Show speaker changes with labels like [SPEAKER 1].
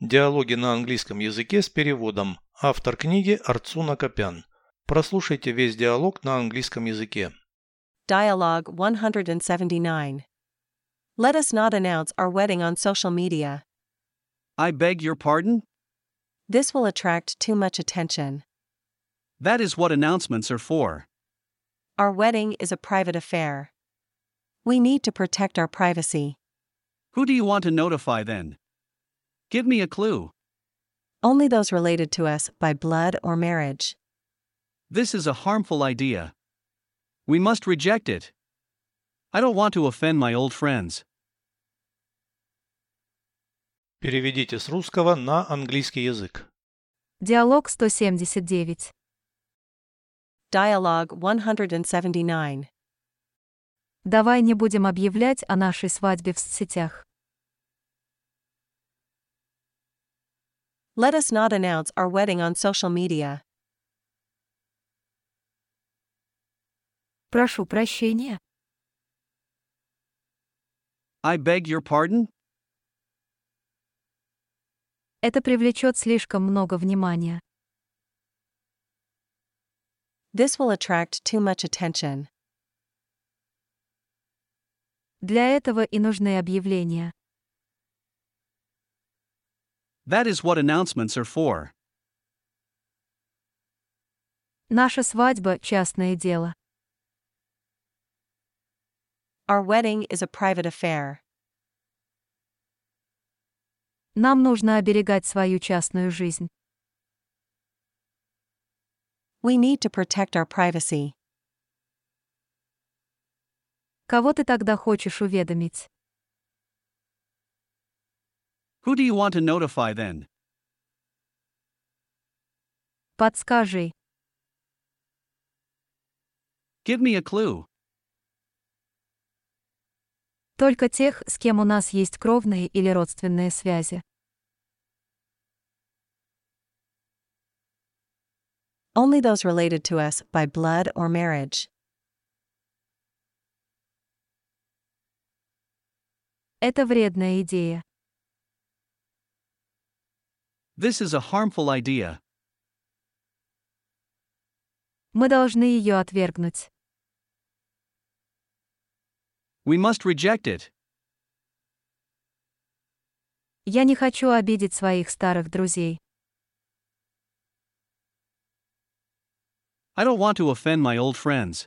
[SPEAKER 1] Диалоги на английском языке с переводом. Автор книги Арцуна Копян. Прослушайте весь диалог на английском языке.
[SPEAKER 2] Dialogue 179. Let us not announce our wedding on social media.
[SPEAKER 3] I beg your pardon?
[SPEAKER 2] This will attract too much attention.
[SPEAKER 3] That is what announcements are for.
[SPEAKER 2] Our wedding is a private affair. We need to protect our privacy.
[SPEAKER 3] Who do you want to notify then? Give me a clue.
[SPEAKER 2] Only those related to us by blood or marriage.
[SPEAKER 3] This is a harmful idea. We must reject it. I don't want to offend my old friends.
[SPEAKER 1] Переведите с русского на английский язык.
[SPEAKER 4] Диалог 179.
[SPEAKER 2] Dialogue 179.
[SPEAKER 4] Давай не будем объявлять о нашей свадьбе в соцсетях.
[SPEAKER 2] Let us not announce our wedding on social media.
[SPEAKER 4] Прошу прощения.
[SPEAKER 3] I beg your pardon?
[SPEAKER 4] Это привлечет слишком много внимания.
[SPEAKER 2] This will attract too much attention.
[SPEAKER 4] Для этого и нужны объявления.
[SPEAKER 3] That is what announcements are for.
[SPEAKER 4] Наша свадьба – частное дело.
[SPEAKER 2] Our wedding is a private affair.
[SPEAKER 4] Нам нужно оберегать свою частную жизнь.
[SPEAKER 2] We need to protect our privacy.
[SPEAKER 4] Кого ты тогда хочешь уведомить?
[SPEAKER 3] Who do you want to notify then?
[SPEAKER 4] Подскажи.
[SPEAKER 3] Give me a clue.
[SPEAKER 4] Только тех, с кем у нас есть кровные или родственные связи.
[SPEAKER 2] Only those related to us by blood or marriage.
[SPEAKER 4] Это вредная идея.
[SPEAKER 3] This is a harmful idea.
[SPEAKER 4] Мы должны ее отвергнуть.
[SPEAKER 3] We must reject it.
[SPEAKER 4] Я не хочу обидеть своих старых друзей.
[SPEAKER 3] I don't want to offend my old friends.